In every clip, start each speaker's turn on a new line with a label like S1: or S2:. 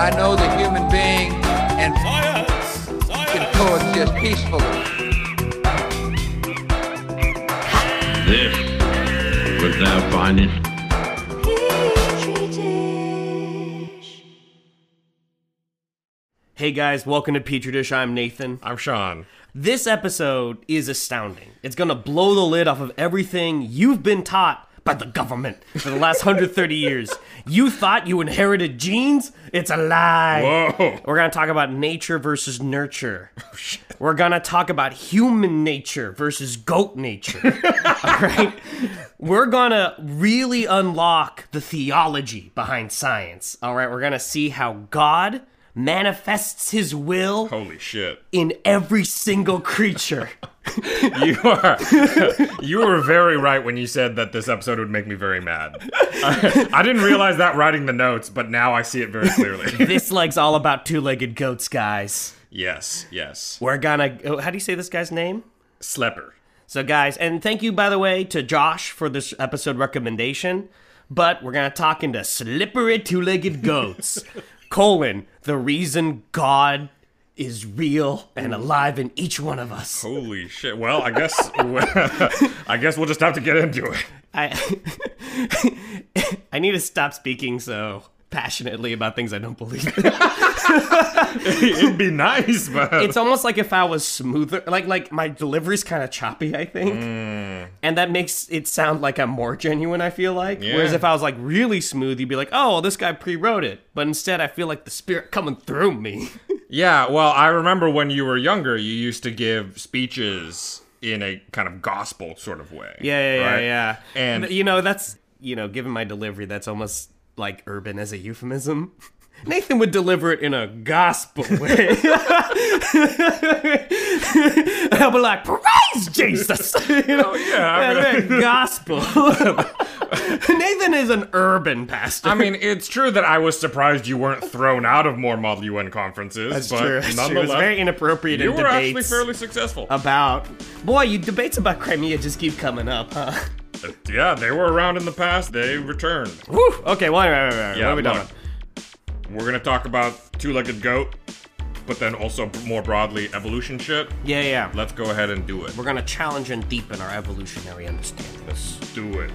S1: I know the human being and
S2: Science!
S1: can
S2: Science!
S1: coexist peacefully.
S3: This was thou findest.
S4: Hey guys, welcome to Petri Dish. I'm Nathan.
S5: I'm Sean.
S4: This episode is astounding. It's gonna blow the lid off of everything you've been taught by the government for the last 130 years. You thought you inherited genes? It's a lie.
S5: Whoa.
S4: We're gonna talk about nature versus nurture. We're gonna talk about human nature versus goat nature. All right. We're gonna really unlock the theology behind science. All right. We're gonna see how God manifests His will
S5: Holy shit.
S4: in every single creature.
S5: You are you were very right when you said that this episode would make me very mad. I, I didn't realize that writing the notes, but now I see it very clearly.
S4: this leg's all about two-legged goats, guys.
S5: yes, yes.
S4: We're gonna. oh, How do you say this guy's name?
S5: Slepper.
S4: So, guys, and thank you, by the way, to Josh for this episode recommendation. But we're going to talk into slippery two legged goats, colon, the reason God is real and alive in each one of us.
S5: Holy shit. Well, I guess I guess we'll just have to get into it.
S4: I, I need to stop speaking so passionately about things I don't believe.
S5: It'd be nice, but
S4: it's almost like if I was smoother, like like my delivery's kind of choppy, I think, and that makes it sound like I'm more genuine. I feel like, whereas
S5: Yeah.
S4: if I was like really smooth, you'd be like, "Oh, this guy pre-wrote it," but instead, I feel like the spirit coming through me.
S5: Yeah, well, I remember when you were younger, you used to give speeches in a kind of gospel sort of way.
S4: yeah, yeah,
S5: right?
S4: yeah, yeah.
S5: And-
S4: you know, that's you know, given my delivery, that's almost like urban as a euphemism. Nathan would deliver it in a gospel way. I'll be like, praise Jesus! you know?
S5: Oh, yeah, I
S4: Yeah, man, gospel. Nathan is an urban pastor.
S5: I mean, it's true that I was surprised you weren't thrown out of more Model UN conferences. but
S4: It was
S5: Nonetheless,
S4: very inappropriate
S5: you
S4: in
S5: were actually
S4: debates Um,
S5: fairly successful.
S4: about. Boy, you debates about Crimea just keep coming up, huh?
S5: yeah, they were around in the past. They returned.
S4: Whew. Okay, well, anyway, anyway, anyway,
S5: Yeah,
S4: what are we
S5: look,
S4: done?
S5: We're gonna talk about two-legged goat, but then also more broadly evolution shit.
S4: Yeah, yeah.
S5: Let's go ahead and do it.
S4: We're gonna challenge and deepen our evolutionary understanding.
S5: Let's do it.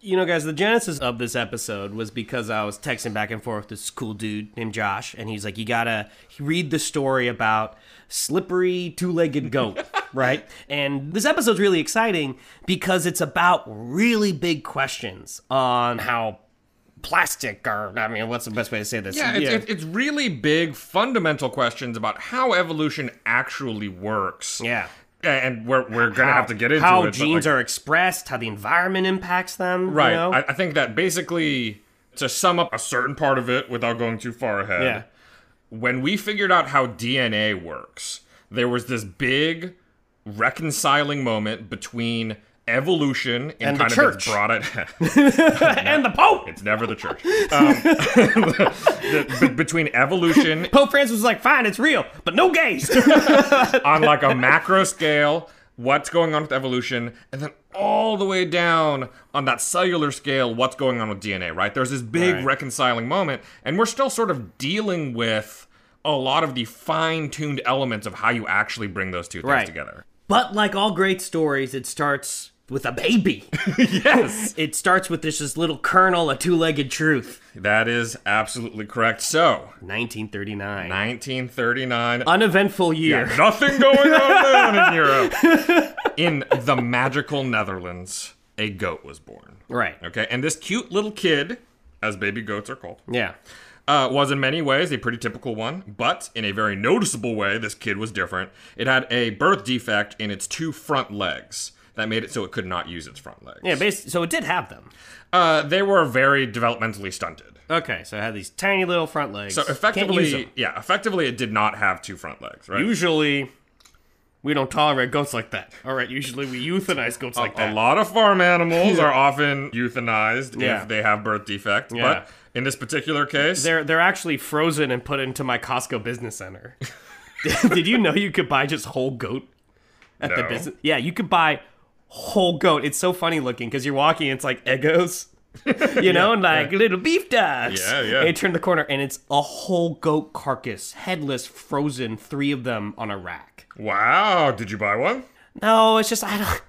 S4: You know, guys, the genesis of this episode was because I was texting back and forth with this cool dude named Josh, and he's like, "You gotta read the story about slippery two-legged goat, right?" And this episode's really exciting because it's about really big questions on how plastic, or I mean, what's the best way to say this?
S5: Yeah, it's, It's, it's really big fundamental questions about how evolution actually works.
S4: Yeah.
S5: And we're, we're going to have to get into
S4: how
S5: it. but,
S4: genes
S5: like,
S4: are expressed, how the environment impacts them.
S5: Right.
S4: You know?
S5: I, I think that basically, to sum up a certain part of it without going too far ahead,
S4: Yeah.
S5: when we figured out how DNA works, there was this big reconciling moment between evolution in
S4: And the
S5: kind of its
S4: church.
S5: broad.
S4: and the Pope.
S5: it's never the church. Um, the- be- between evolution
S4: Pope Francis was like, "Fine, it's real, but no gays."
S5: on like a macro scale what's going on with evolution and then all the way down on that cellular scale what's going on with dna right there's this big
S4: Right.
S5: reconciling moment and we're still sort of dealing with a lot of the fine-tuned elements of how you actually bring those two things
S4: Right.
S5: together
S4: But like all great stories, it starts with a baby.
S5: yes
S4: it starts with this, this little kernel of two legged truth.
S5: that is absolutely correct so
S4: 1939.
S5: 1939
S4: Uneventful year.
S5: nothing going on down in europe in the magical netherlands a goat was born
S4: Right.
S5: Okay, and this cute little kid, as baby goats are called,
S4: Yeah.
S5: uh, was in many ways a pretty typical one, but in a very noticeable way, this kid was different. It had a birth defect in its two front legs. That made it so it could not use its front legs.
S4: Yeah, basically, so it did have them.
S5: uh, they were very developmentally stunted.
S4: Okay, so it had these tiny little front legs.
S5: So
S4: Can't use
S5: effectively,
S4: them.
S5: yeah, effectively, it did not have two front legs, right?
S4: usually we don't tolerate goats like that. All right, usually we euthanize goats like that.
S5: A lot of farm animals are often euthanized
S4: Yeah.
S5: if they have birth defect,
S4: Yeah.
S5: but in this particular case,
S4: They're they're actually frozen and put into my Costco business center. Did you know you could buy just whole goat at the
S5: No.
S4: business? Yeah, you could buy whole goat. It's so funny looking because you're walking, it's like egos, you know, and like little beef dogs.
S5: Yeah, yeah.
S4: And you turn the corner and it's a whole goat carcass, headless, frozen, three of them on a rack.
S5: wow, did you buy one?
S4: No, it's just I don't.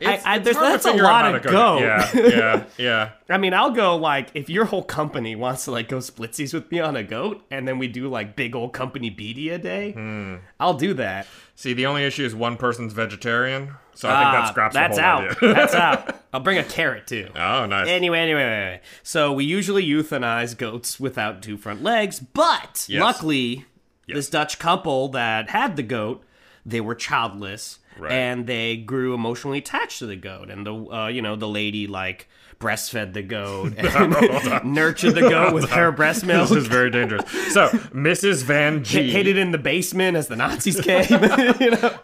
S5: It's-
S4: I, I,
S5: it's
S4: there's
S5: hard to
S4: that's a
S5: figure out how
S4: lot of
S5: to
S4: goat.
S5: Yeah, yeah, yeah.
S4: I mean, I'll go like if your whole company wants to like go splitsies with me on a goat, and then we do like big old company bedia day.
S5: Hmm.
S4: I'll do that.
S5: See, the only issue is one person's vegetarian, so I think that scraps
S4: Ah, that's
S5: the whole
S4: out.
S5: idea.
S4: that's out. I'll bring a carrot too.
S5: oh, nice.
S4: Anyway, anyway, anyway. so we usually euthanize goats without two front legs, but
S5: Yes.
S4: luckily, this Dutch couple that had the goat, they were childless,
S5: Right.
S4: and they grew emotionally attached to the goat, and the uh, you know the lady like breastfed the goat and nurtured the goat with her breast milk.
S5: this is very dangerous. So, Mrs. Van G.
S4: Hid hid it in the basement as the Nazis came. you know,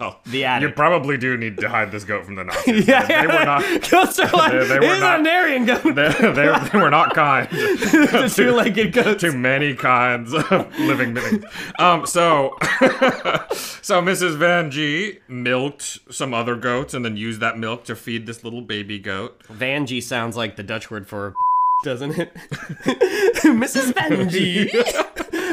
S5: Well,
S4: the attic.
S5: Oh, You probably do need to hide this goat from the Nazis.
S4: Yeah,
S5: They were not.
S4: Goats are like,
S5: They- they were
S4: "He's
S5: not-
S4: an Aryan goat.
S5: They, they, they were not kind
S4: The two-legged goats.
S5: to many kinds of living beings. Um, so, so Mrs. Van G milked some other goats and then used that milk to feed this little baby goat.
S4: Vanjie sounds like the Dutch word for doesn't it? Mrs. Vanjie.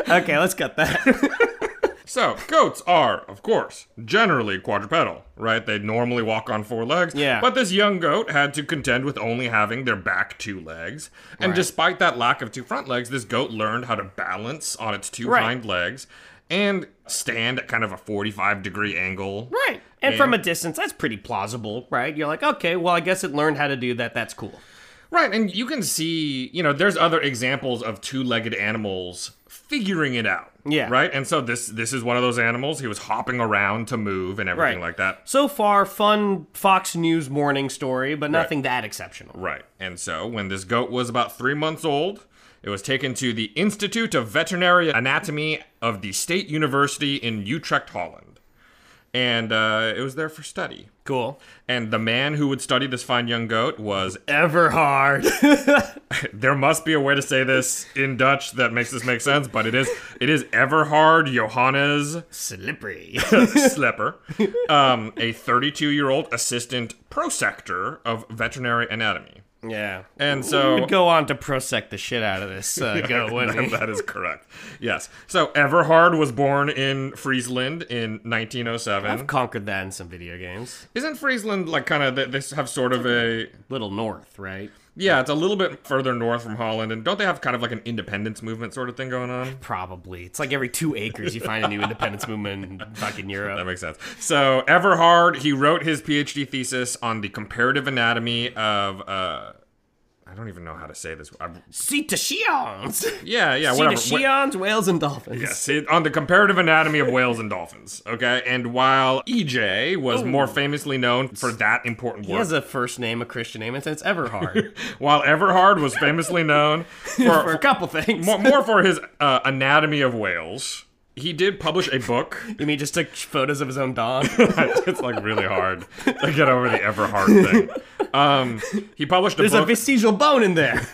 S4: okay, let's cut that.
S5: So, goats are, of course, generally quadrupedal, right? They normally walk on four legs.
S4: Yeah.
S5: But this young goat had to contend with only having their back two legs. And despite that lack of two front legs, this goat learned how to balance on its two
S4: Right.
S5: hind legs and stand at kind of a 45 degree angle.
S4: Right. And from a distance, that's pretty plausible, right? You're like, okay, well, I guess it learned how to do that. That's cool.
S5: Right. And you can see, you know, there's other examples of two legged animals figuring it out.
S4: Yeah.
S5: Right? And so this this is one of those animals. He was hopping around to move and everything
S4: Right.
S5: like that.
S4: So far, fun Fox News morning story, but nothing that exceptional.
S5: Right. And so, when this goat was about three months old, it was taken to the Institute of Veterinary Anatomy of the State University in Utrecht, Holland. And uh, it was there for study.
S4: Cool.
S5: And the man who would study this fine young goat was.
S4: Everhard.
S5: There must be a way to say this in Dutch that makes this make sense, but it is it is Everhard Johannes
S4: Slippery.
S5: Slepper, um, a 32 year old assistant prosector of veterinary anatomy.
S4: yeah.
S5: And so
S4: We'd go on to prosect the shit out of this uh, goat, wouldn't we?
S5: that is correct. Yes. So Everhard was born in Friesland in 1907.
S4: I've conquered that in some video games.
S5: Isn't Friesland like kind of they, they have sort of a
S4: Little North, right?
S5: yeah, it's a little bit further north from Holland, and don't they have kind of like an independence movement sort of thing going on?
S4: Probably. It's like every two acres you find a new independence movement in fucking
S5: That
S4: Europe.
S5: makes sense. So Everhard he wrote his PhD thesis on the comparative anatomy of. uh I don't even know how to say this. I'm,
S4: See to Sheons!
S5: yeah, yeah,
S4: See to
S5: whatever. Wha-
S4: Sheons, whales, and dolphins.
S5: Yes, it, on the comparative anatomy of whales and dolphins. Okay, and while EJ was more famously known for that important
S4: He
S5: work,
S4: has a first name, a Christian name, and it's Everhard.
S5: while Everhard was famously known for,
S4: For a couple things.
S5: more, more for his uh, anatomy of whales, he did publish a book.
S4: You mean just took photos of his own dog?
S5: it's like really hard to get over the Everhard thing. Um, he published a
S4: There's a
S5: book.
S4: vestigial bone in there.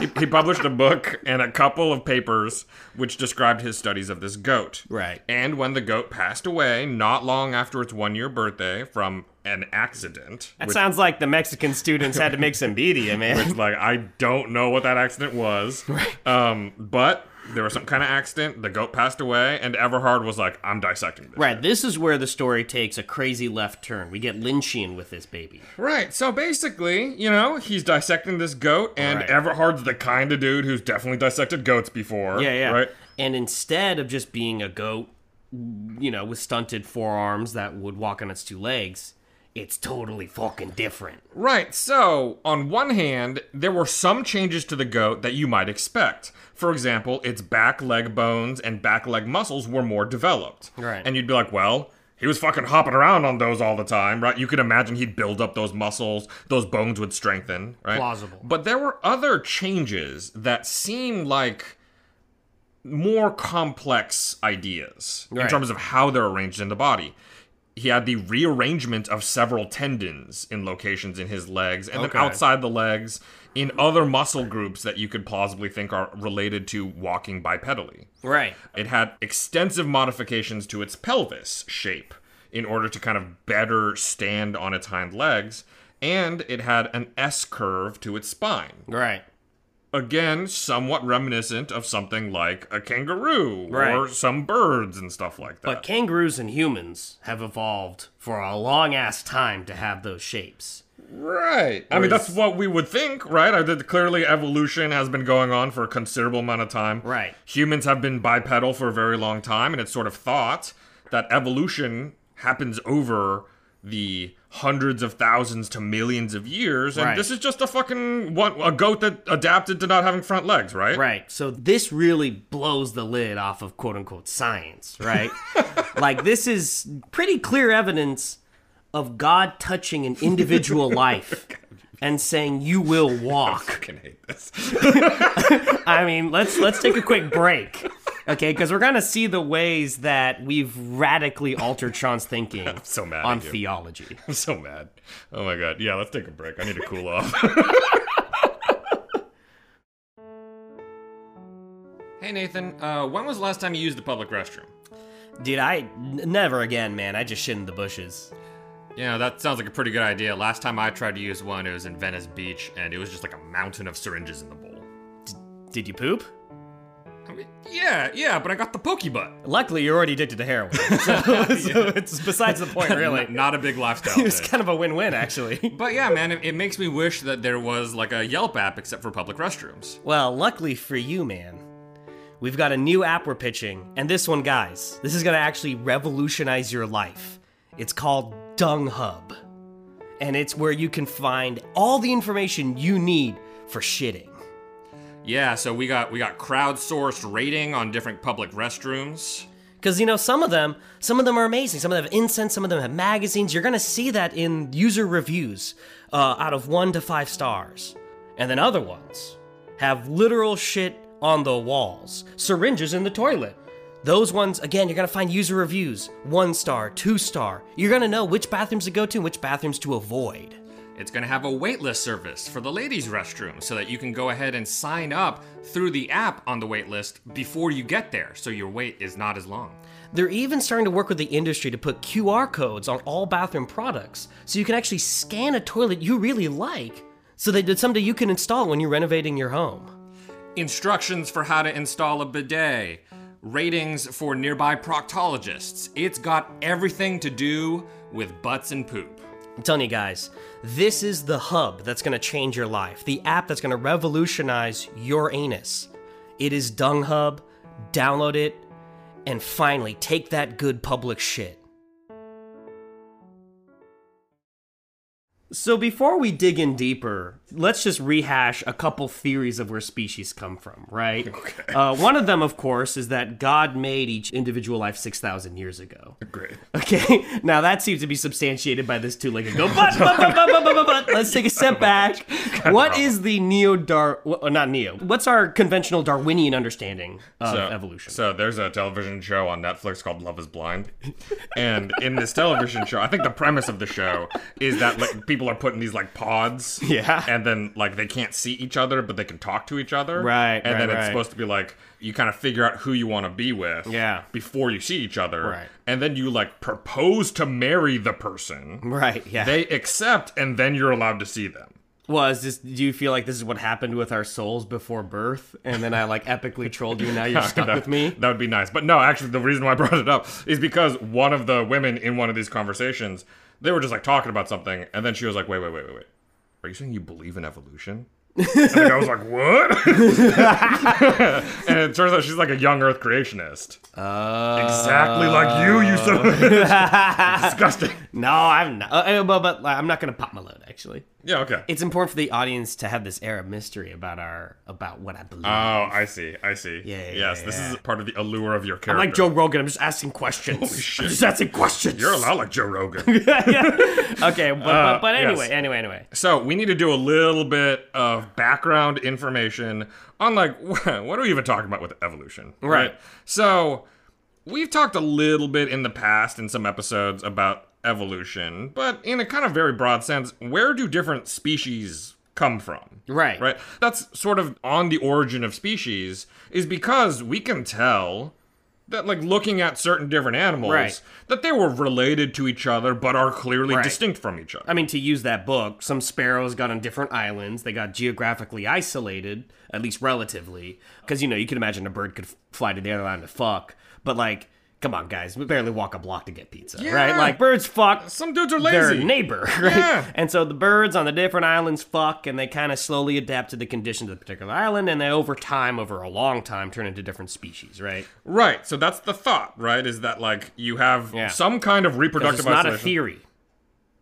S5: he, he published a book and a couple of papers which described his studies of this goat.
S4: Right.
S5: And when the goat passed away, not long after its one year birthday, from an accident.
S4: That
S5: which,
S4: sounds like the Mexican students had to make some media, man.
S5: which, like, I don't know what that accident was. Right. Um, but there was some kind of accident. The goat passed away, and Everhard was like, I'm dissecting this.
S4: Right, this is where the story takes a crazy left turn. We get Lynchian with this baby.
S5: Right. So basically, you know, he's dissecting this goat, and
S4: Right.
S5: Everhard's the kind of dude who's definitely dissected goats before.
S4: Yeah, yeah.
S5: Right.
S4: And instead of just being a goat, you know, with stunted forearms that would walk on its two legs, it's totally fucking different.
S5: Right, so on one hand, there were some changes to the goat that you might expect. For example, its back leg bones and back leg muscles were more developed.
S4: Right.
S5: And you'd be like, well, he was fucking hopping around on those all the time, right? You could imagine he'd build up those muscles, those bones would strengthen, right?
S4: Plausible.
S5: But there were other changes that seemed like more complex ideas in
S4: Right.
S5: terms of how they're arranged in the body. He had the rearrangement of several tendons in locations in his legs and
S4: Okay.
S5: then outside the legs in other muscle groups that you could plausibly think are related to walking bipedally.
S4: Right.
S5: It had extensive modifications to its pelvis shape in order to kind of better stand on its hind legs, and it had an S curve to its spine.
S4: Right.
S5: Again, somewhat reminiscent of something like a kangaroo or
S4: Right.
S5: some birds and stuff like that.
S4: But kangaroos and humans have evolved for a long ass time to have those shapes.
S5: Right. I mean, that's what we would think, right? I did, clearly, evolution has been going on for a considerable amount of time.
S4: Right.
S5: Humans have been bipedal for a very long time, and it's sort of thought that evolution happens over the hundreds of thousands to millions of years, and
S4: Right.
S5: this is just a fucking one, a goat that adapted to not having front legs, right?
S4: Right. So this really blows the lid off of quote unquote science, right? like this is pretty clear evidence of God touching an individual life and saying you will walk.
S5: Fucking hate this.
S4: I mean, let's let's take a quick break. Okay, because we're gonna see the ways that we've radically altered Sean's thinking
S5: so mad at
S4: on
S5: you.
S4: theology.
S5: I'm so mad. Oh my god. Yeah, let's take a break. I need to cool off. hey Nathan, uh, when was the last time you used the public restroom?
S4: Dude, I n- never again, man. I just shit in the bushes.
S5: Yeah, that sounds like a pretty good idea. Last time I tried to use one, it was in Venice Beach, and it was just like a mountain of syringes in the bowl.
S4: Did you poop?
S5: I mean, yeah, yeah, but I got the pokey butt.
S4: Luckily, you're already addicted to heroin, so, so it's besides the point, really.
S5: N- not a big lifestyle.
S4: it was
S5: thing.
S4: kind of a win-win, actually.
S5: but yeah, man, it, it makes me wish that there was like a Yelp app except for public restrooms.
S4: well, luckily for you, man, we've got a new app we're pitching, and this one, guys, this is gonna actually revolutionize your life. It's called Dung Hub, and it's where you can find all the information you need for shitting.
S5: Yeah, so we got we got crowdsourced rating on different public restrooms.
S4: Because you know, some of them, some of them are amazing. Some of them have incense. Some of them have magazines. You're gonna see that in user reviews, uh, out of one to five stars, and then other ones have literal shit on the walls, syringes in the toilet. Those ones, again, you're gonna find user reviews, one star, two star. You're gonna know which bathrooms to go to and which bathrooms to avoid.
S5: It's going to have a waitlist service for the ladies' restroom so that you can go ahead and sign up through the app on the waitlist before you get there so your wait is not as long.
S4: They're even starting to work with the industry to put QR codes on all bathroom products so you can actually scan a toilet you really like so that someday you can install when you're renovating your home.
S5: Instructions for how to install a bidet, ratings for nearby proctologists. It's got everything to do with butts and poop.
S4: I'm telling you guys, this is the hub that's going to change your life, the app that's going to revolutionize your anus. It is Dung Hub. Download it and finally take that good public shit. So before we dig in deeper, let's just rehash a couple theories of where species come from, right? Okay. Uh, one of them, of course, is that God made each individual life six thousand years ago.
S5: Great.
S4: Okay, now that seems to be substantiated by this two-legged goat. But, but, but, but, but, but, but, but, let's take a step back. What is the neo-Dar? Well, uh, not neo. What's our conventional Darwinian understanding of evolution?
S5: So there's a television show on Netflix called Love is Blind. And in this television show, I think the premise of the show is that like people are put in these like pods.
S4: Yeah.
S5: And then like they can't see each other, but they can talk to each other.
S4: Right,
S5: And
S4: right,
S5: then it's
S4: right.
S5: supposed to be like you kind of figure out who you want to be with
S4: Yeah.
S5: before you see each other.
S4: Right.
S5: And then you like propose to marry the person.
S4: right. Yeah.
S5: They accept and then you're allowed to see them.
S4: Was this? Do you feel like this is what happened with our souls before birth, and then I like epically trolled you? Now you're stuck with me.
S5: That would be nice. But no, actually, the reason why I brought it up is because one of the women in one of these conversations, they were just like talking about something, and then she was like, "Wait, wait, wait, wait, wait. Are you saying you believe in evolution?" and the guy was like, "What?" and it turns out
S4: Oh.
S5: she's like a young Earth creationist, exactly like you. You son of a bitch. disgusting.
S4: No, I'm not. Uh, but, but like, I'm not going to pop my load. Actually,
S5: Yeah, okay.
S4: it's important for the audience to have this air of mystery about our about what I believe.
S5: Oh, I see. I see.
S4: Yeah, yeah,
S5: yes,
S4: yeah,
S5: this
S4: yeah.
S5: is part of the allure of your
S4: I'm
S5: character.
S4: like Joe Rogan. I'm just asking questions.
S5: Holy shit.
S4: I'm just asking questions.
S5: You're a lot like Joe Rogan.
S4: okay, but, but, but
S5: Uh, yes.
S4: anyway, anyway, anyway.
S5: so we need to do a little bit of background information on like what are we even talking about with evolution,
S4: Right.
S5: So we've talked a little bit in the past in some episodes about evolution, but in a kind of very broad sense, where do different species come from?
S4: Right.
S5: Right. That's sort of on the origin of species is because we can tell that like looking at certain different animals
S4: Right.
S5: that they were related to each other but are clearly
S4: Right.
S5: distinct from each other.
S4: I mean, to use that book, some sparrows got on different islands. They got geographically isolated, at least relatively, because you know you can imagine a bird could f- fly to the other island to fuck. But like, come on, guys, we barely walk a block to get pizza, right?
S5: Yeah.
S4: Like, birds fuck.
S5: Some dudes are
S4: their
S5: lazy.
S4: neighbor, right?
S5: Yeah.
S4: And so the birds on the different islands fuck, and they kind of slowly adapt to the conditions of the particular island, and they over time, over a long time, turn into different species, right?
S5: right. So that's the thought, right? Is that like you have
S4: Yeah.
S5: some kind of reproductive
S4: It's not a
S5: isolation.
S4: theory.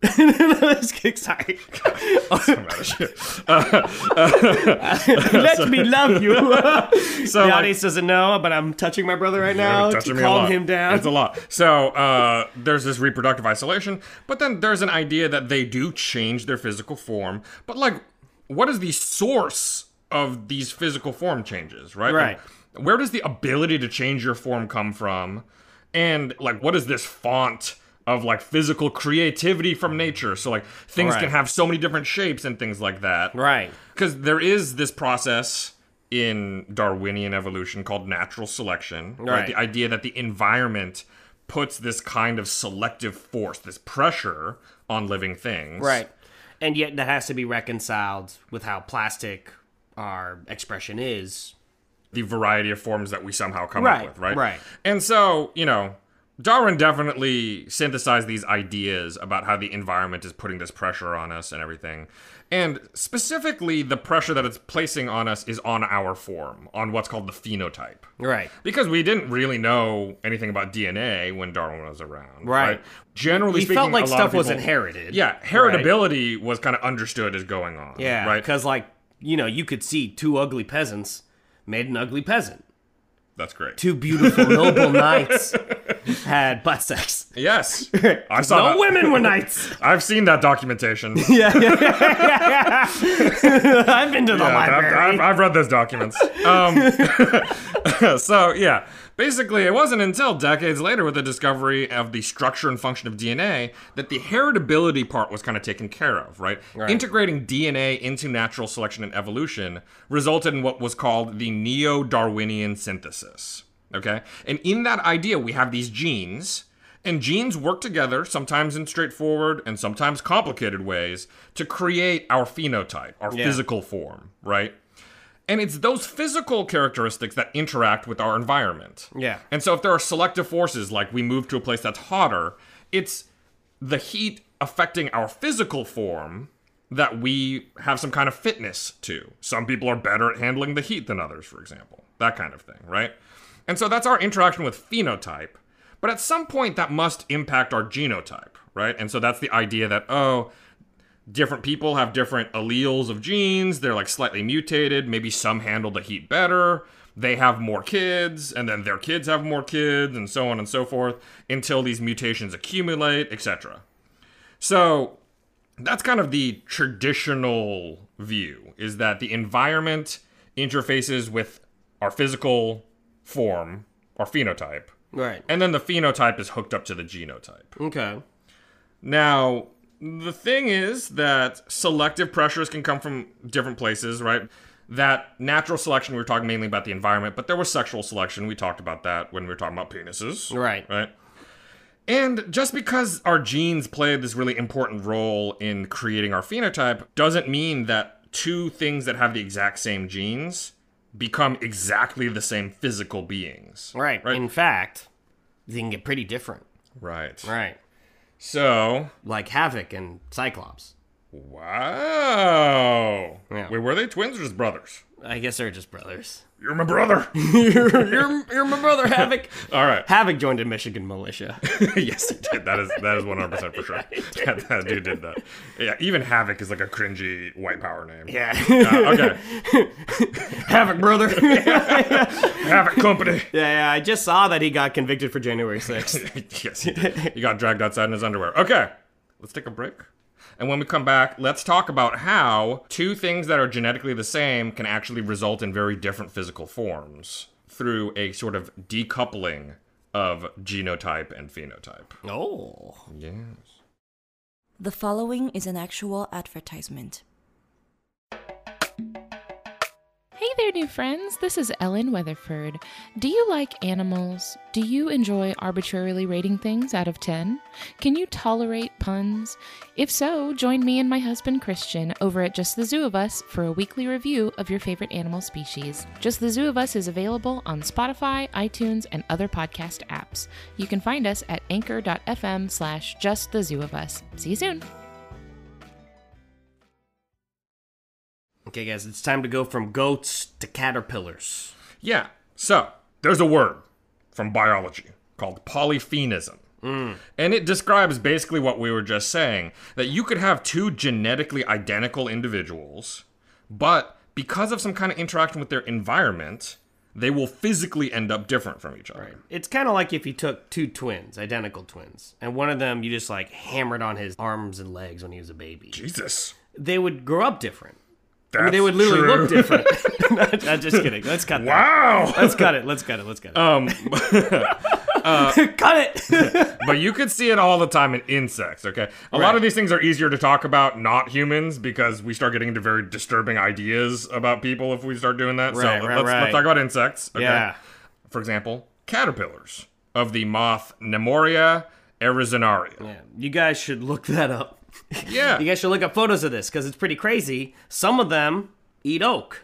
S4: Let's get excited. Let me love you.
S5: So
S4: the
S5: like,
S4: audience doesn't know, but I'm touching my brother right now
S5: Touching
S4: to
S5: me a
S4: calm
S5: lot.
S4: him down.
S5: It's a lot. So uh, there's this reproductive isolation, but then there's an idea that they do change their physical form. But like, what is the source of these physical form changes? Right.
S4: Right.
S5: Like, where does the ability to change your form come from? And like, what is this font? Of like physical creativity from nature, so like things
S4: Right.
S5: can have so many different shapes and things like that.
S4: Right.
S5: Because there is this process in Darwinian evolution called natural selection, right.
S4: Right.
S5: The idea that the environment puts this kind of selective force, this pressure on living things.
S4: Right. And yet that has to be reconciled with how plastic our expression is.
S5: The variety of forms that we somehow come
S4: Right,
S5: up with, right?
S4: right.
S5: And so, you know, Darwin definitely synthesized these ideas about how the environment is putting this pressure on us and everything. And specifically, the pressure that it's placing on us is on our form, on what's called the phenotype.
S4: Right.
S5: Because we didn't really know anything about DNA when Darwin was around.
S4: Right.
S5: Generally
S4: We
S5: speaking,
S4: felt like
S5: a lot
S4: stuff
S5: of people-
S4: was inherited.
S5: Yeah, heritability was kind of understood as going on.
S4: Yeah.
S5: Right.
S4: Because, like, you know, you could see two ugly peasants made an ugly peasant.
S5: That's great.
S4: Two beautiful noble knights had butt sex.
S5: yes. I saw
S4: No
S5: that.
S4: women were knights.
S5: I've seen that documentation. yeah,
S4: I've been to the
S5: I've,
S4: library.
S5: I've, I've read those documents. Um, so, yeah. Basically, it wasn't until decades later with the discovery of the structure and function of DNA that the heritability part was kind of taken care of, right? Integrating DNA into natural selection and evolution resulted in what was called the neo Darwinian synthesis. Okay? And in that idea, we have these genes. And genes work together, sometimes in straightforward and sometimes complicated ways, to create our phenotype, our physical form, right? And it's those physical characteristics that interact with our environment.
S4: Yeah.
S5: And so if there are selective forces, like we move to a place that's hotter, it's the heat affecting our physical form that we have some kind of fitness to. Some people are better at handling the heat than others, for example. That kind of thing, right? And so that's our interaction with phenotype. But at some point, that must impact our genotype, right? And so that's the idea that, oh, different people have different alleles of genes. They're like slightly mutated. Maybe some handle the heat better. They have more kids, and then their kids have more kids, and so on and so forth until these mutations accumulate, etc. So that's kind of the traditional view is that the environment interfaces with our physical form, our phenotype,
S4: right.
S5: and then the phenotype is hooked up to the genotype.
S4: Okay.
S5: Now, the thing is that selective pressures can come from different places, right? That natural selection, we were talking mainly about the environment, but there was sexual selection. We talked about that when we were talking about penises.
S4: Right.
S5: Right. And just because our genes play this really important role in creating our phenotype doesn't mean that two things that have the exact same genes become exactly the same physical beings.
S4: Right.
S5: Right.
S4: In fact, they can get pretty different.
S5: Right.
S4: Right.
S5: So,
S4: Like Havoc and Cyclops.
S5: Wow.
S4: Yeah.
S5: Wait, were they twins or just brothers?
S4: I guess they're just brothers.
S5: You're my brother.
S4: you're, you're, you're my brother, Havoc.
S5: All right.
S4: Havoc joined a Michigan militia.
S5: yes, he did. That is that is one hundred percent for sure. Yeah, that dude did that. Yeah, even Havoc is like a cringy white power name.
S4: Yeah.
S5: Uh, okay.
S4: Havoc, brother.
S5: Havoc Company.
S4: Yeah, yeah, I just saw that he got convicted for January 6th.
S5: yes, he, did. he got dragged outside in his underwear. Okay, let's take a break. And when we come back, let's talk about how two things that are genetically the same can actually result in very different physical forms through a sort of decoupling of genotype and phenotype.
S4: oh.
S5: Yes.
S6: The following is an actual advertisement.
S7: Hey there, new friends. This is Ellen Weatherford. Do you like animals? Do you enjoy arbitrarily rating things out of 10? Can you tolerate puns? If so, join me and my husband Christian over at Just the Zoo of Us for a weekly review of your favorite animal species. Just the Zoo of Us is available on Spotify, iTunes, and other podcast apps. You can find us at anchor.fm slash just the zoo of us. See you soon.
S4: Okay, guys, it's time to go from goats to caterpillars.
S5: Yeah. So there's a word from biology called polyphenism. And it describes basically what we were just saying that you could have two genetically identical individuals, but because of some kind of interaction with their environment, they will physically end up different from each other.
S4: It's kind of like if you took two twins, identical twins, and one of them you just like hammered on his arms and legs when he was a baby.
S5: Jesus.
S4: They would grow up different.
S5: That's
S4: I mean, they would literally
S5: true.
S4: look different. No, I'm just kidding. Let's cut that.
S5: Wow.
S4: Let's cut it. Let's cut it. Let's cut it.
S5: um,
S4: Oh, cut it.
S5: but you could see it all the time in insects, okay? A lot
S4: Right.
S5: of these things are easier to talk about not humans because we start getting into very disturbing ideas about people if we start doing that. so
S4: Right,
S5: let-
S4: right,
S5: let's,
S4: right.
S5: let's talk about insects, okay?
S4: Yeah.
S5: For example, caterpillars of the moth Nemoria arizonaria.
S4: yeah. You guys should look that up.
S5: Yeah.
S4: You guys should look up photos of this because it's pretty crazy. Some of them eat oak.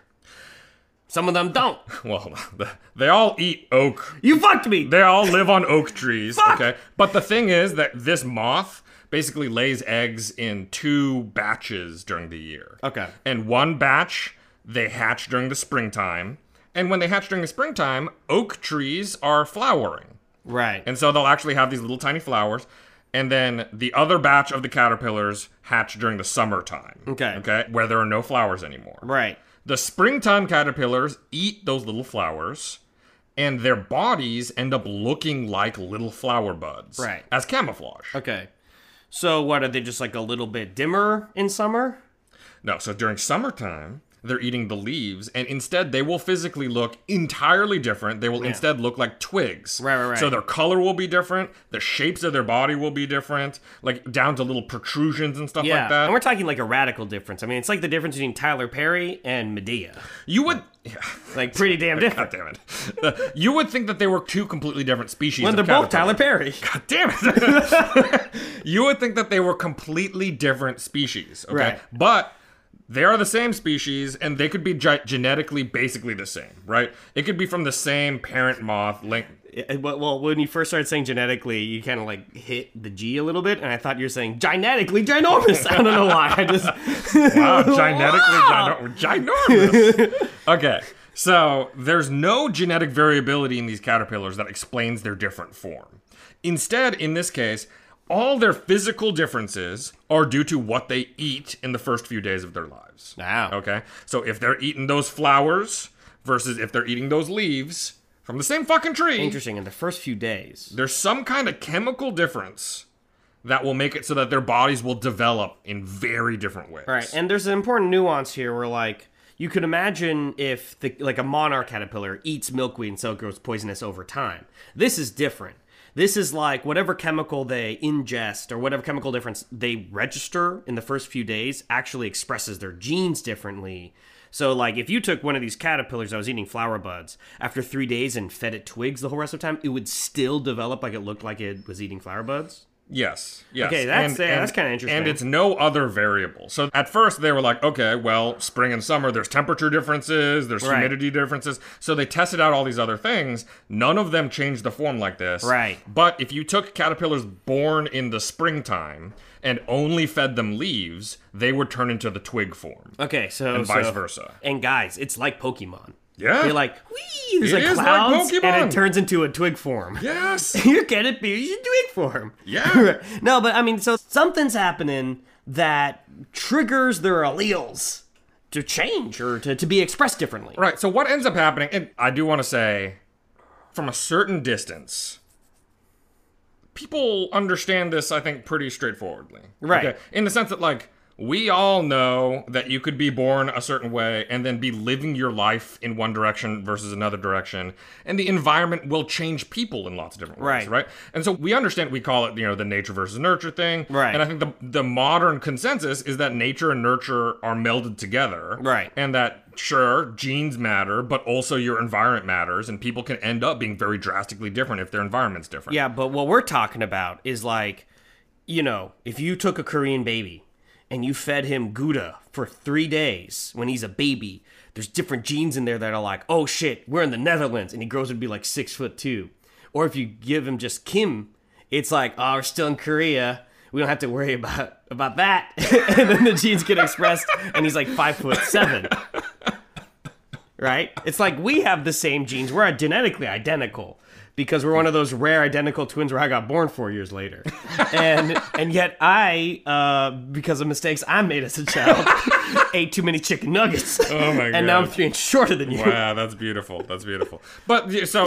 S4: Some of them don't.
S5: Well, they all eat oak
S4: You fucked me.
S5: They all live on oak trees.
S4: Fuck!
S5: Okay. But the thing is that this moth basically lays eggs in two batches during the year.
S4: Okay.
S5: And one batch they hatch during the springtime. And when they hatch during the springtime, oak trees are flowering.
S4: Right.
S5: And so they'll actually have these little tiny flowers. And then the other batch of the caterpillars hatch during the summertime.
S4: Okay.
S5: Okay. Where there are no flowers anymore.
S4: right.
S5: The springtime caterpillars eat those little flowers, and their bodies end up looking like little flower buds.
S4: Right.
S5: As camouflage.
S4: Okay. So what are they just like a little bit dimmer in summer?
S5: No, so during summertime, they're eating the leaves, and instead they will physically look entirely different. They will instead look like twigs.
S4: Right, right, right.
S5: So their color will be different, the shapes of their body will be different, like down to little protrusions and stuff
S4: Yeah.
S5: like that.
S4: And we're talking like a radical difference. I mean, it's like the difference between Tyler Perry and Medea.
S5: you would. Yeah.
S4: Like pretty damn different.
S5: God damn it. you would think that they were two completely different species.
S4: When
S5: of
S4: they're both
S5: caterpillar.
S4: Tyler Perry.
S5: God damn it. you would think that they were completely different species, okay?
S4: Right.
S5: But they are the same species and they could be ge- genetically basically the same, right? It could be from the same parent moth link.
S4: Yeah, Eh, Well, well, when you first started saying genetically, you kind of like hit the G a little bit, and I thought you were saying genetically ginormous. I don't know why. I just
S5: Wow, ah, genetically gino- ginormous. okay. So, there's no genetic variability in these caterpillars that explains their different form. Instead, in this case, all their physical differences are due to what they eat in the first few days of their lives.
S4: Wow.
S5: Okay. So if they're eating those flowers versus if they're eating those leaves from the same fucking tree,
S4: Interesting. In the first few days,
S5: there's some kind of chemical difference that will make it so that their bodies will develop in very different ways.
S4: All right, and there's an important nuance here where like you could imagine if the like a monarch caterpillar eats milkweed and so it grows poisonous over time. This is different. This is like whatever chemical they ingest or whatever chemical difference they register in the first few days actually expresses their genes differently. So like if you took one of these caterpillars that was eating flower buds after 3 days and fed it twigs the whole rest of the time, it would still develop like it looked like it was eating flower buds.
S5: Yes. Yes.
S4: Okay, that's- yeah, that's kinda interesting.
S5: And it's no other variable. So at first they were like, okay, well, spring and summer, there's temperature differences, there's
S4: Right.
S5: humidity differences. So they tested out all these other things. None of them changed the form like this.
S4: Right.
S5: But if you took caterpillars born in the springtime and only fed them leaves, they would turn into the twig form.
S4: Okay, so
S5: And vice
S4: so-
S5: versa.
S4: And guys, it's like Pokemon.
S5: Yeah.
S4: You're like, wee, there's
S5: It
S4: like
S5: is like
S4: clouds, and
S5: Pokemon.
S4: it turns into a twig form.
S5: Yes.
S4: you get it, beer, you do it for him.
S5: Yeah.
S4: no, but I mean, so something's happening that triggers their alleles to change or to, to be expressed differently.
S5: Right. So what ends up happening, and I do want to say, from a certain distance, people understand this, I think, pretty straightforwardly.
S4: Right.
S5: In the sense that, like, we all know that you could be born a certain way and then be living your life in one direction versus another direction, and the environment will change people in lots of different ways,
S4: Right.
S5: right? And so we understand we call it, you know, the nature versus nurture thing.
S4: Right.
S5: And I think the the modern consensus is that nature and nurture are melded together.
S4: Right.
S5: And that sure, genes matter, but also your environment matters, and people can end up being very drastically different if their environment's different.
S4: Yeah, but what we're talking about is like, you know, if you took a Korean baby and you fed him Gouda for three days when he's a baby, there's different genes in there that are like, oh shit, we're in the Netherlands, and he grows to be like six foot two. Or if you give him just Kim, it's like, oh, we're still in Korea. We don't have to worry about about that. and then the genes get expressed, and he's like five foot seven. right? It's like we have the same genes. We're genetically identical because we're one of those rare identical twins where I got born four years later, and and yet I, uh, because of mistakes I made as a child, ate too many chicken nuggets.
S5: Oh my
S4: And now I'm
S5: God.
S4: three inches shorter than you.
S5: Wow, that's beautiful. That's beautiful. But yeah, so,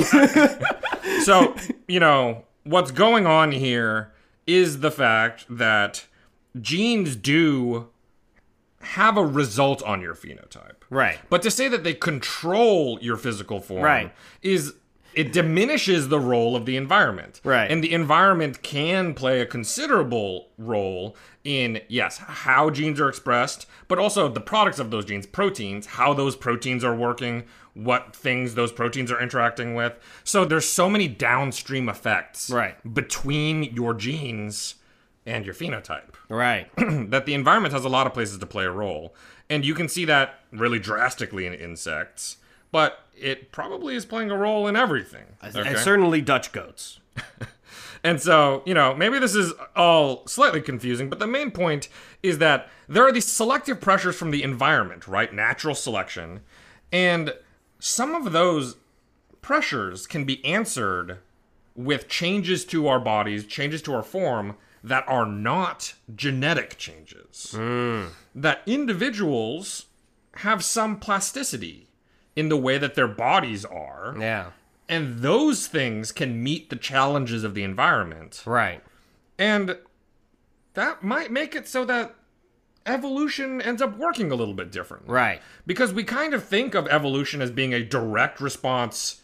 S5: so you know what's going on here is the fact that genes do have a result on your phenotype,
S4: Right.
S5: But to say that they control your physical form,
S4: Right.
S5: is it diminishes the role of the environment,
S4: Right.
S5: And the environment can play a considerable role in yes how genes are expressed but also the products of those genes proteins how those proteins are working what things those proteins are interacting with so there's so many downstream effects
S4: Right.
S5: between your genes and your phenotype
S4: Right.
S5: that the environment has a lot of places to play a role and you can see that really drastically in insects but it probably is playing a role in everything
S4: And
S5: okay?
S4: certainly Dutch goats.
S5: And so, you know, maybe this is all slightly confusing, but the main point is that there are these selective pressures from the environment, right? Natural selection. And some of those pressures can be answered with changes to our bodies, changes to our form that are not genetic changes. That individuals have some plasticity in the way that their bodies are.
S4: Yeah.
S5: And those things can meet the challenges of the environment.
S4: Right.
S5: And that might make it so that evolution ends up working a little bit different.
S4: Right.
S5: Because we kind of think of evolution as being a direct response,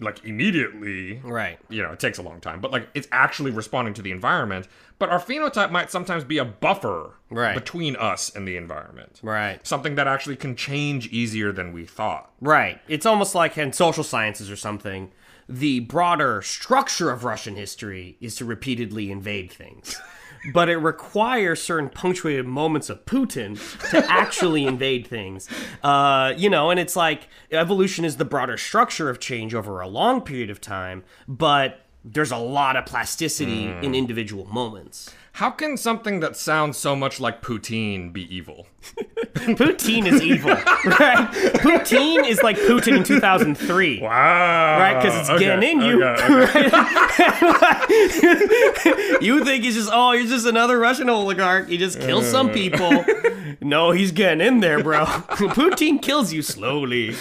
S5: like immediately.
S4: Right.
S5: You know, it takes a long time, but like it's actually responding to the environment. But our phenotype might sometimes be a buffer
S4: Right.
S5: between us and the environment.
S4: Right.
S5: Something that actually can change easier than we thought.
S4: Right. It's almost like in social sciences or something, the broader structure of Russian history is to repeatedly invade things. but it requires certain punctuated moments of Putin to actually invade things. Uh, you know, and it's like evolution is the broader structure of change over a long period of time, but there's a lot of plasticity in individual moments.
S5: How can something that sounds so much like poutine be evil?
S4: Putin is evil, right? Putin is like Putin in 2003.
S5: Wow.
S4: right? Because it's getting in you. Right? you think he's just oh, you're just another Russian oligarch. He just kills
S5: Uh.
S4: some people. no, he's getting in there, bro. Putin kills you slowly.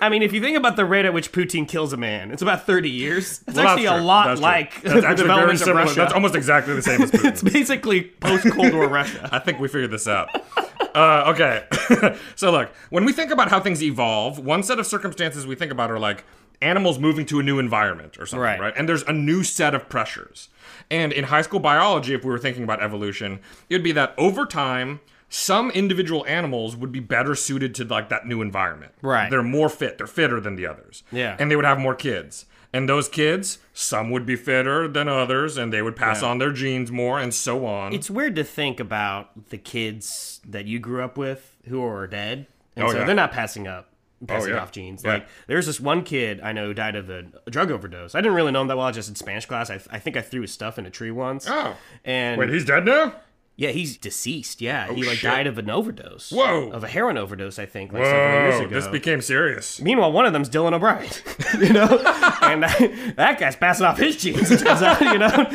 S4: I mean, if you think about the rate at which Putin kills a man, it's about 30 years. It's actually a lot like
S5: That's
S4: the
S5: actually
S4: development
S5: very
S4: of
S5: similar.
S4: Russia.
S5: That's almost exactly the same as Putin.
S4: it's basically post Cold War Russia.
S5: I think we figured this out. Uh, okay. so, look, when we think about how things evolve, one set of circumstances we think about are like animals moving to a new environment or something,
S4: Right.
S5: right? And there's a new set of pressures. And in high school biology, if we were thinking about evolution, it would be that over time, some individual animals would be better suited to like that new environment.
S4: Right.
S5: They're more fit. They're fitter than the others.
S4: Yeah.
S5: And they would have more kids. And those kids, some would be fitter than others, and they would pass on their genes more, and so on.
S4: It's weird to think about the kids that you grew up with who are dead. And
S5: Oh,
S4: so
S5: yeah.
S4: they're not passing up, passing
S5: yeah.
S4: off genes.
S5: Yeah.
S4: Like, there's this one kid I know who died of a drug overdose. I didn't really know him that well. I just in Spanish class, I, I think I threw his stuff in a tree once.
S5: Oh.
S4: And
S5: Wait, he's dead now?
S4: yeah, he's deceased. Yeah, he like
S5: shit.
S4: died of an overdose.
S5: Whoa.
S4: Of a heroin overdose, I think, like several years
S5: Whoa,
S4: ago.
S5: Oh, this became serious.
S4: Meanwhile, one of them's Dylan O'Brien, you know, and that, that guy's passing off his genes. it turns out, you know,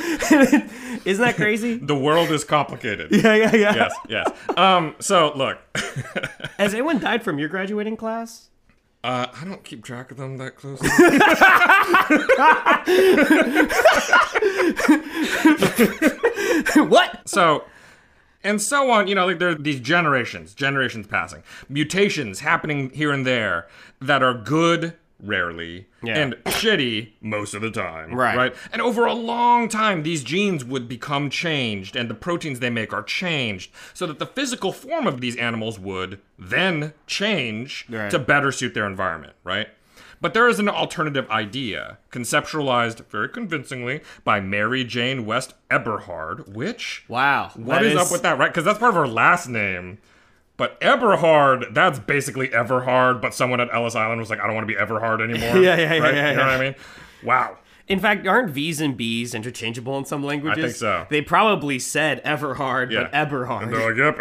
S4: isn't that crazy?
S5: The world is complicated.
S4: Yeah, yeah, yeah.
S5: Yes, yes. Um, so look,
S4: Has anyone died from your graduating class?
S5: uh, I don't keep track of them that closely.
S4: what?
S5: so and so on you know like there are these generations generations passing mutations happening here and there that are good rarely
S4: Yeah.
S5: and shitty most of the time
S4: Right.
S5: right and over a long time these genes would become changed and the proteins they make are changed so that the physical form of these animals would then change
S4: Right.
S5: to better suit their environment right but there is an alternative idea, conceptualized very convincingly by Mary Jane West Eberhard, which
S4: Wow.
S5: what is, up with that, right? Because that's part of her last name. But Eberhard, that's basically Everhard, but someone at Ellis Island was like, I don't want to be Everhard anymore.
S4: Yeah, yeah, yeah,
S5: right?
S4: yeah,
S5: You know
S4: yeah.
S5: what I mean? Wow.
S4: In fact, aren't V's and B's interchangeable in some languages?
S5: so.
S4: They probably said Everhard,
S5: Yeah.
S4: but Eberhard.
S5: And they're like, yep,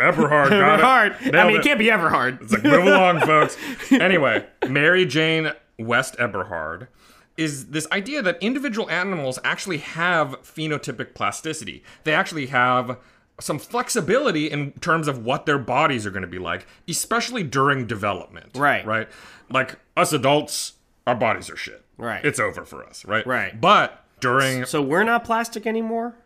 S5: Eberhard. got it.
S4: Everhard. I
S5: Nailed
S4: mean, it
S5: it.
S4: can't be Everhard.
S5: It's like, move along, folks. Anyway, Mary Jane West Eberhard is this idea that individual animals actually have phenotypic plasticity. They actually have some flexibility in terms of what their bodies are going to be like, especially during development.
S4: Right.
S5: Right. Like us adults, our bodies are shit.
S4: Right.
S5: It's over for us. Right.
S4: Right.
S5: But during,
S4: So we're not plastic anymore?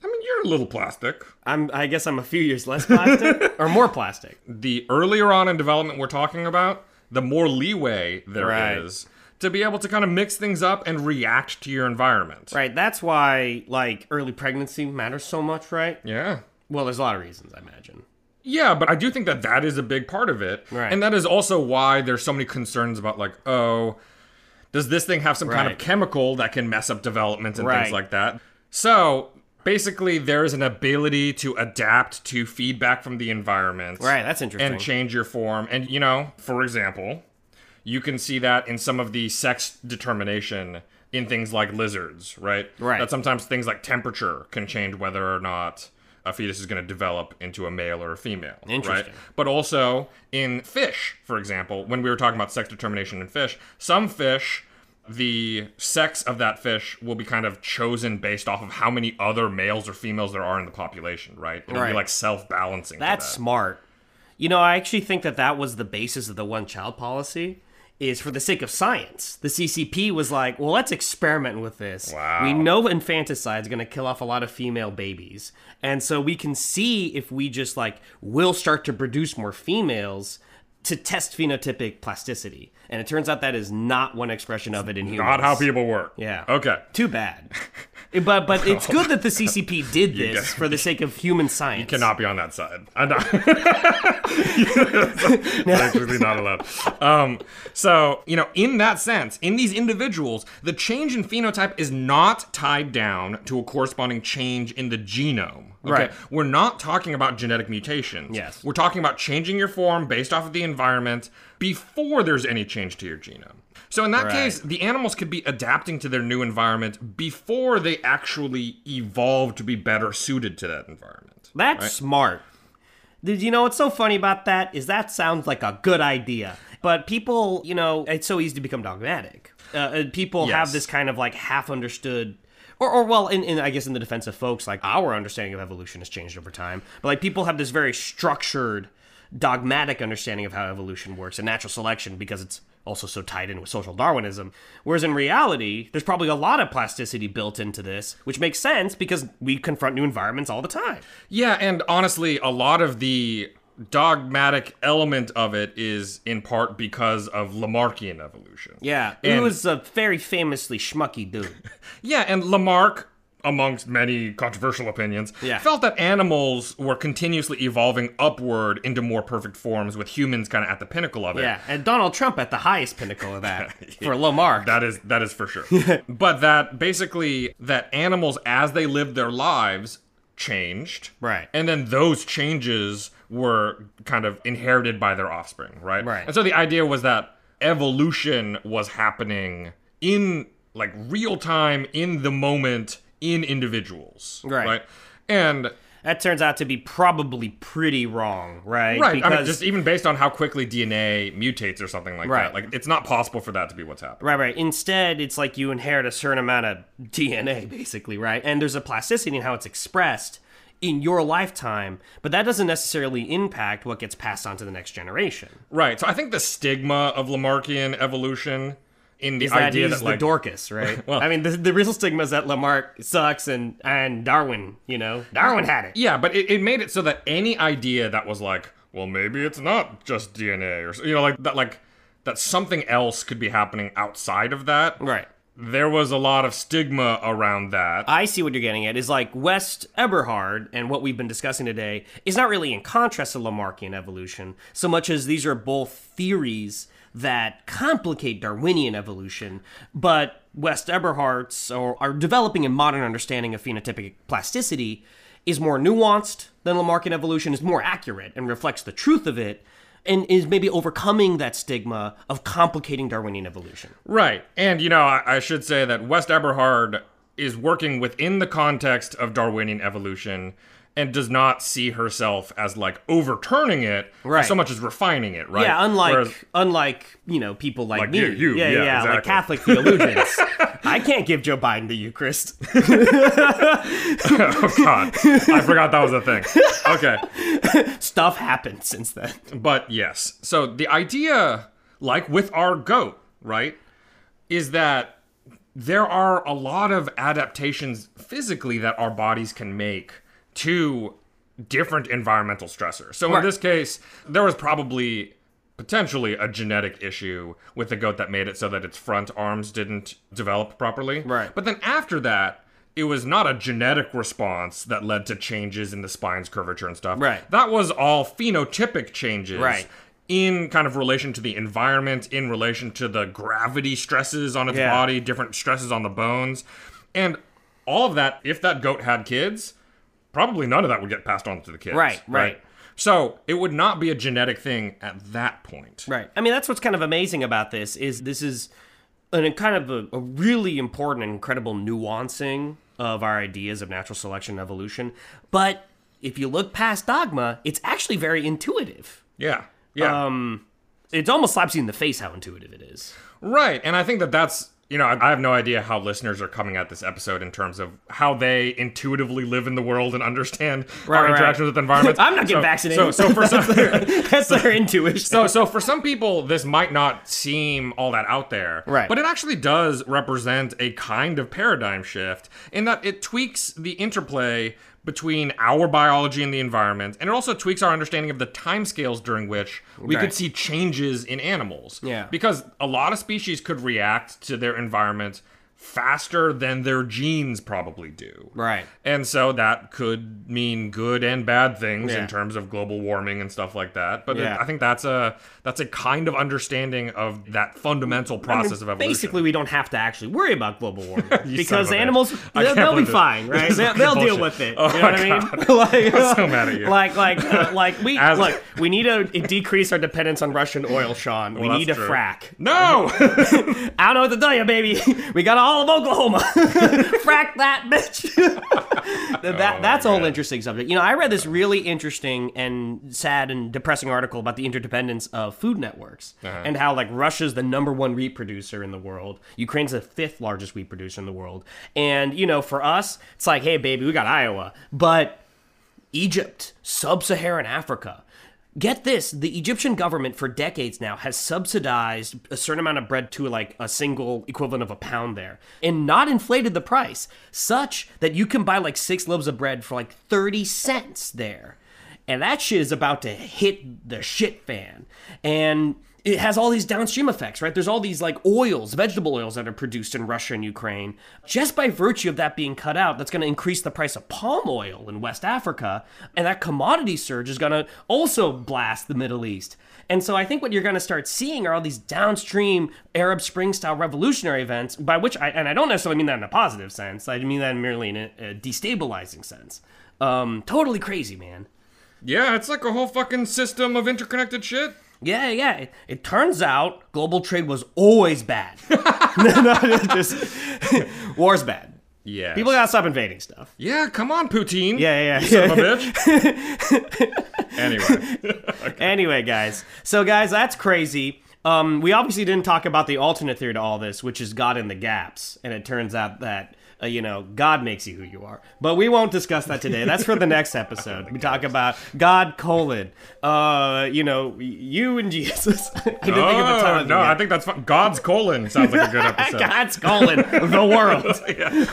S5: I mean, you're a little plastic.
S4: I'm, I guess I'm a few years less plastic or more plastic.
S5: the earlier on in development we're talking about, the more leeway there is
S4: Right.
S5: to be able to kind of mix things up and react to your environment.
S4: Right. That's why like early pregnancy matters so much, right?
S5: Yeah.
S4: Well, there's a lot of reasons, I imagine.
S5: Yeah, but I do think that that is a big part of it.
S4: Right.
S5: And that is also why there's so many concerns about like, oh, does this thing have some kind of
S4: Right.
S5: chemical that can mess up development and
S4: Right.
S5: things like that? So, basically there is an ability to adapt to feedback from the environment.
S4: Right, that's interesting.
S5: and change your form. And you know, for example, you can see that in some of the sex determination in things like lizards, right?
S4: Right.
S5: That sometimes things like temperature can change whether or not a fetus is going to develop into a male or a female.
S4: Interesting.
S5: Right? But also in fish, for example, when we were talking about sex determination in fish, some fish, the sex of that fish will be kind of chosen based off of how many other males or females there are in the population, right? It'll
S4: Right.
S5: be like self balancing.
S4: That's
S5: that.
S4: smart. You know, I actually think that that was the basis of the one child policy is for the sake of science. The CCP was like, well, let's experiment with this.
S5: Wow.
S4: We know infanticide is going to kill off a lot of female babies. And so we can see if we just like will start to produce more females to test phenotypic plasticity. And it turns out that is not one expression of it in humans.
S5: Not how people work.
S4: Yeah.
S5: Okay.
S4: Too bad. But but it's good that the CCP did this for the sake of human science. You
S5: Cannot be on that side. I'm not. That's actually not allowed. Um, so, you know, in that sense, in these individuals, the change in phenotype is not tied down to a corresponding change in the genome. Okay?
S4: Right.
S5: We're not talking about genetic mutations.
S4: Yes.
S5: We're talking about changing your form based off of the environment before there's any change to your genome. So, in that
S4: Right.
S5: case, the animals could be adapting to their new environment before they actually evolve to be better suited to that environment.
S4: That's smart. Did you know what's so funny about that is that sounds like a good idea, but people, you know, it's so easy to become dogmatic. Uh, Uh, people have
S5: Yes.
S4: this kind of like half understood. Or, or well, in, in I guess in the defense of folks, like our understanding of evolution has changed over time. But like people have this very structured, dogmatic understanding of how evolution works and natural selection because it's also so tied in with social Darwinism. Whereas in reality, there's probably a lot of plasticity built into this, which makes sense because we confront new environments all the time.
S5: Yeah, and honestly, a lot of the dogmatic element of it is in part because of Lamarckian evolution.
S4: Yeah, he
S5: And-
S4: was a very famously schmucky dude.
S5: Yeah, and Lamarck amongst many controversial opinions,
S4: Yeah.
S5: felt that animals were continuously evolving upward into more perfect forms, with humans kind of at the pinnacle of it.
S4: Yeah, and Donald Trump at the highest pinnacle of that for Lamar.
S5: That is that is for sure. but that basically that animals as they lived their lives changed.
S4: Right.
S5: And then those changes were kind of inherited by their offspring, right?
S4: Right.
S5: And so the idea was that evolution was happening in like real time in the moment in individuals.
S4: Right.
S5: And
S4: that turns out to be probably pretty wrong, right?
S5: right,
S4: Because
S5: I mean, just e- even based on how quickly DNA mutates or something like
S4: Right.
S5: that, like it's not possible for that to be what's happening.
S4: Right, right. Instead, it's like you inherit a certain amount of DNA, basically, right? And there's a plasticity in how it's expressed in your lifetime, but that doesn't necessarily impact what gets passed on to the next generation.
S5: Right. So I think the stigma of Lamarckian evolution in the
S4: Is that
S5: idea
S4: he's
S5: that, like
S4: the Dorcas, right? well, I mean, the, the real stigma is that Lamarck sucks and, and Darwin, you know, Darwin had it.
S5: yeah, but it, it made it so that any idea that was like, well, maybe it's not just DNA, or s- you know, like that, like that something else could be happening outside of that.
S4: Right.
S5: There was a lot of stigma around that.
S4: I see what you're getting at is like West Eberhard and what we've been discussing today is not really in contrast to Lamarckian evolution so much as these are both theories that complicate Darwinian evolution, but West Eberhard's or our developing and modern understanding of phenotypic plasticity is more nuanced than Lamarckian evolution, is more accurate and reflects the truth of it. And is maybe overcoming that stigma of complicating Darwinian evolution.
S5: Right. And, you know, I, I should say that West Eberhard is working within the context of Darwinian evolution and does not see herself as like overturning it
S4: Right.
S5: so much as refining it, right?
S4: Yeah, unlike
S5: Whereas-
S4: unlike you know people like,
S5: Like
S4: me,
S5: you- you,
S4: yeah,
S5: yeah,
S4: like
S5: exactly.
S4: Catholic theologians. I can't give Joe Biden the Eucharist.
S5: oh god i forgot that was a thing okay
S4: Stuff happened since then.
S5: but yes so the idea like with our goat right is that there are a lot of adaptations physically that our bodies can make to different environmental stressors so in this case there was probably potentially a genetic issue with the goat that made it so that its front arms didn't develop properly
S4: Right.
S5: but then after that it was not a genetic response that led to changes in the spine's curvature and stuff
S4: Right.
S5: that was all phenotypic changes
S4: Right.
S5: in kind of relation to the environment in relation to the gravity stresses on its
S4: Yeah.
S5: body different stresses on the bones and all of that if that goat had kids probably none of that would get passed on to the kids
S4: Right, right.
S5: so it would not be a genetic thing at that point
S4: Right. I mean, that's what's kind of amazing about this is this is an, a kind of a, a really important and incredible nuancing of our ideas of natural selection and evolution. But if you look past dogma, it's actually very intuitive.
S5: yeah yeah
S4: Um, it almost slaps you in the face how intuitive it is.
S5: Right. And I think that that's, you know, I I have no idea how listeners are coming at this episode in terms of how they intuitively live in the world and understand our
S4: right, right.
S5: interactions with the environment.
S4: I'm not getting
S5: So-
S4: vaccinated.
S5: So, so for some.
S4: That's their intuition.
S5: So, so for some people, this might not seem all that out there,
S4: Right.
S5: But it actually does represent a kind of paradigm shift in that it tweaks the interplay between our biology and the environment, and it also tweaks our understanding of the timescales during which we
S4: Right.
S5: could see changes in animals.
S4: Yeah.
S5: because a lot of species could react to their environment faster than their genes probably do.
S4: Right.
S5: And so that could mean good and bad things
S4: Yeah.
S5: in terms of global warming and stuff like that. But it-
S4: Yeah.
S5: I think that's a that's a kind of understanding of that fundamental
S4: I mean,
S5: process of evolution.
S4: Basically, we don't have to actually worry about global warming
S5: son
S4: because
S5: of a bitch.
S4: animals
S5: I
S4: they'll,
S5: can't
S4: they'll be
S5: believe this.
S4: fine, right?
S5: This is
S4: They'll, they'll deal
S5: bullshit.
S4: with it.
S5: Oh
S4: you know
S5: my
S4: what I
S5: God.
S4: mean? Like,
S5: I'm so mad at you.
S4: Like, like, uh, like we
S5: As-
S4: look. We need to decrease our dependence on Russian oil, Sean. we
S5: Well,
S4: need a
S5: that's true.
S4: frack.
S5: no.
S4: I don't know what to tell you, baby. We got all of Oklahoma. Frack that bitch. that, that's a whole interesting subject. You know, I read this really interesting and sad and depressing article about the interdependence of food networks and how like Russia's the number one wheat producer in the world. Ukraine's the fifth largest wheat producer in the world. And you know, for us, it's like, hey, baby, we got Iowa, but Egypt, sub Saharan Africa. Get this the Egyptian government for decades now has subsidized a certain amount of bread to like a single equivalent of a pound there and not inflated the price, such that you can buy like six loaves of bread for like 30 cents there. And that shit is about to hit the shit fan. And it has all these downstream effects, right? There's all these like oils, vegetable oils that are produced in Russia and Ukraine. Just by virtue of that being cut out, that's going to increase the price of palm oil in West Africa. And that commodity surge is going to also blast the Middle East. And so I think what you're going to start seeing are all these downstream Arab Spring style revolutionary events, by which I, and I don't necessarily mean that in a positive sense, I mean that merely in a, a destabilizing sense. Um, totally crazy, man.
S5: Yeah, it's like a whole fucking system of interconnected shit.
S4: Yeah, yeah. It, it turns out global trade was always bad. no, no, it's just war's bad.
S5: Yeah.
S4: People gotta stop invading stuff.
S5: Yeah, come on, poutine.
S4: Yeah, yeah,
S5: You
S4: yeah.
S5: son of a bitch. anyway.
S4: Anyway, guys. So, guys, that's crazy. Um, we obviously didn't talk about the alternate theory to all this, which is God in the gaps. And it turns out that, uh, you know, God makes you who you are. But we won't discuss that today. That's for the next episode. we talk about God, colon, uh, you know, you and Jesus. I didn't
S5: Oh,
S4: think of a time.
S5: no, I think that's fun. God's colon sounds like a good episode.
S4: God's colon, the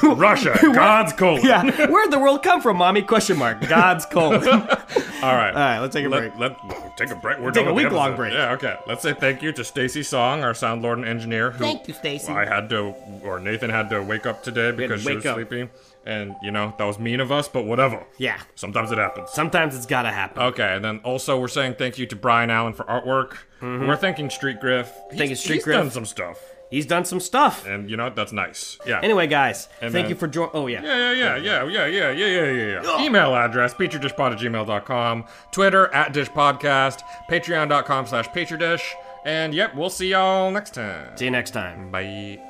S4: world.
S5: Russia, God's colon.
S4: Yeah, where'd the world come from, mommy? Question mark. God's colon. All
S5: All right. All
S4: right, let's take a break.
S5: Let, let- take a break. We're
S4: Take
S5: done
S4: a
S5: with the
S4: week-long
S5: episode.
S4: break.
S5: Yeah, okay. Let's say thank you to Stacy Song, our sound lord and engineer. Who
S4: Thank you, Stacy.
S5: I had to, or Nathan had to wake up today
S4: had to
S5: because she
S4: wake
S5: was
S4: up.
S5: sleepy, and you know that was mean of us, but whatever.
S4: Yeah.
S5: Sometimes it happens.
S4: Sometimes it's gotta happen.
S5: Okay, and then also we're saying thank you to Brian Allen for artwork. We're thanking Street Griff.
S4: Mm-hmm. Thank you, Street
S5: he's
S4: Griff.
S5: done some stuff,
S4: He's done some stuff.
S5: and you know that's nice. Yeah.
S4: Anyway, guys,
S5: And
S4: thank
S5: then-
S4: you for joining. Oh yeah.
S5: Yeah, yeah, yeah, yeah, yeah, yeah, yeah, yeah, yeah, yeah. Email address, petridishpod at gmail.com, Twitter, at dishpodcast, patreon.com slash petridish, and yep, we'll see y'all next time.
S4: See you next time.
S5: Bye.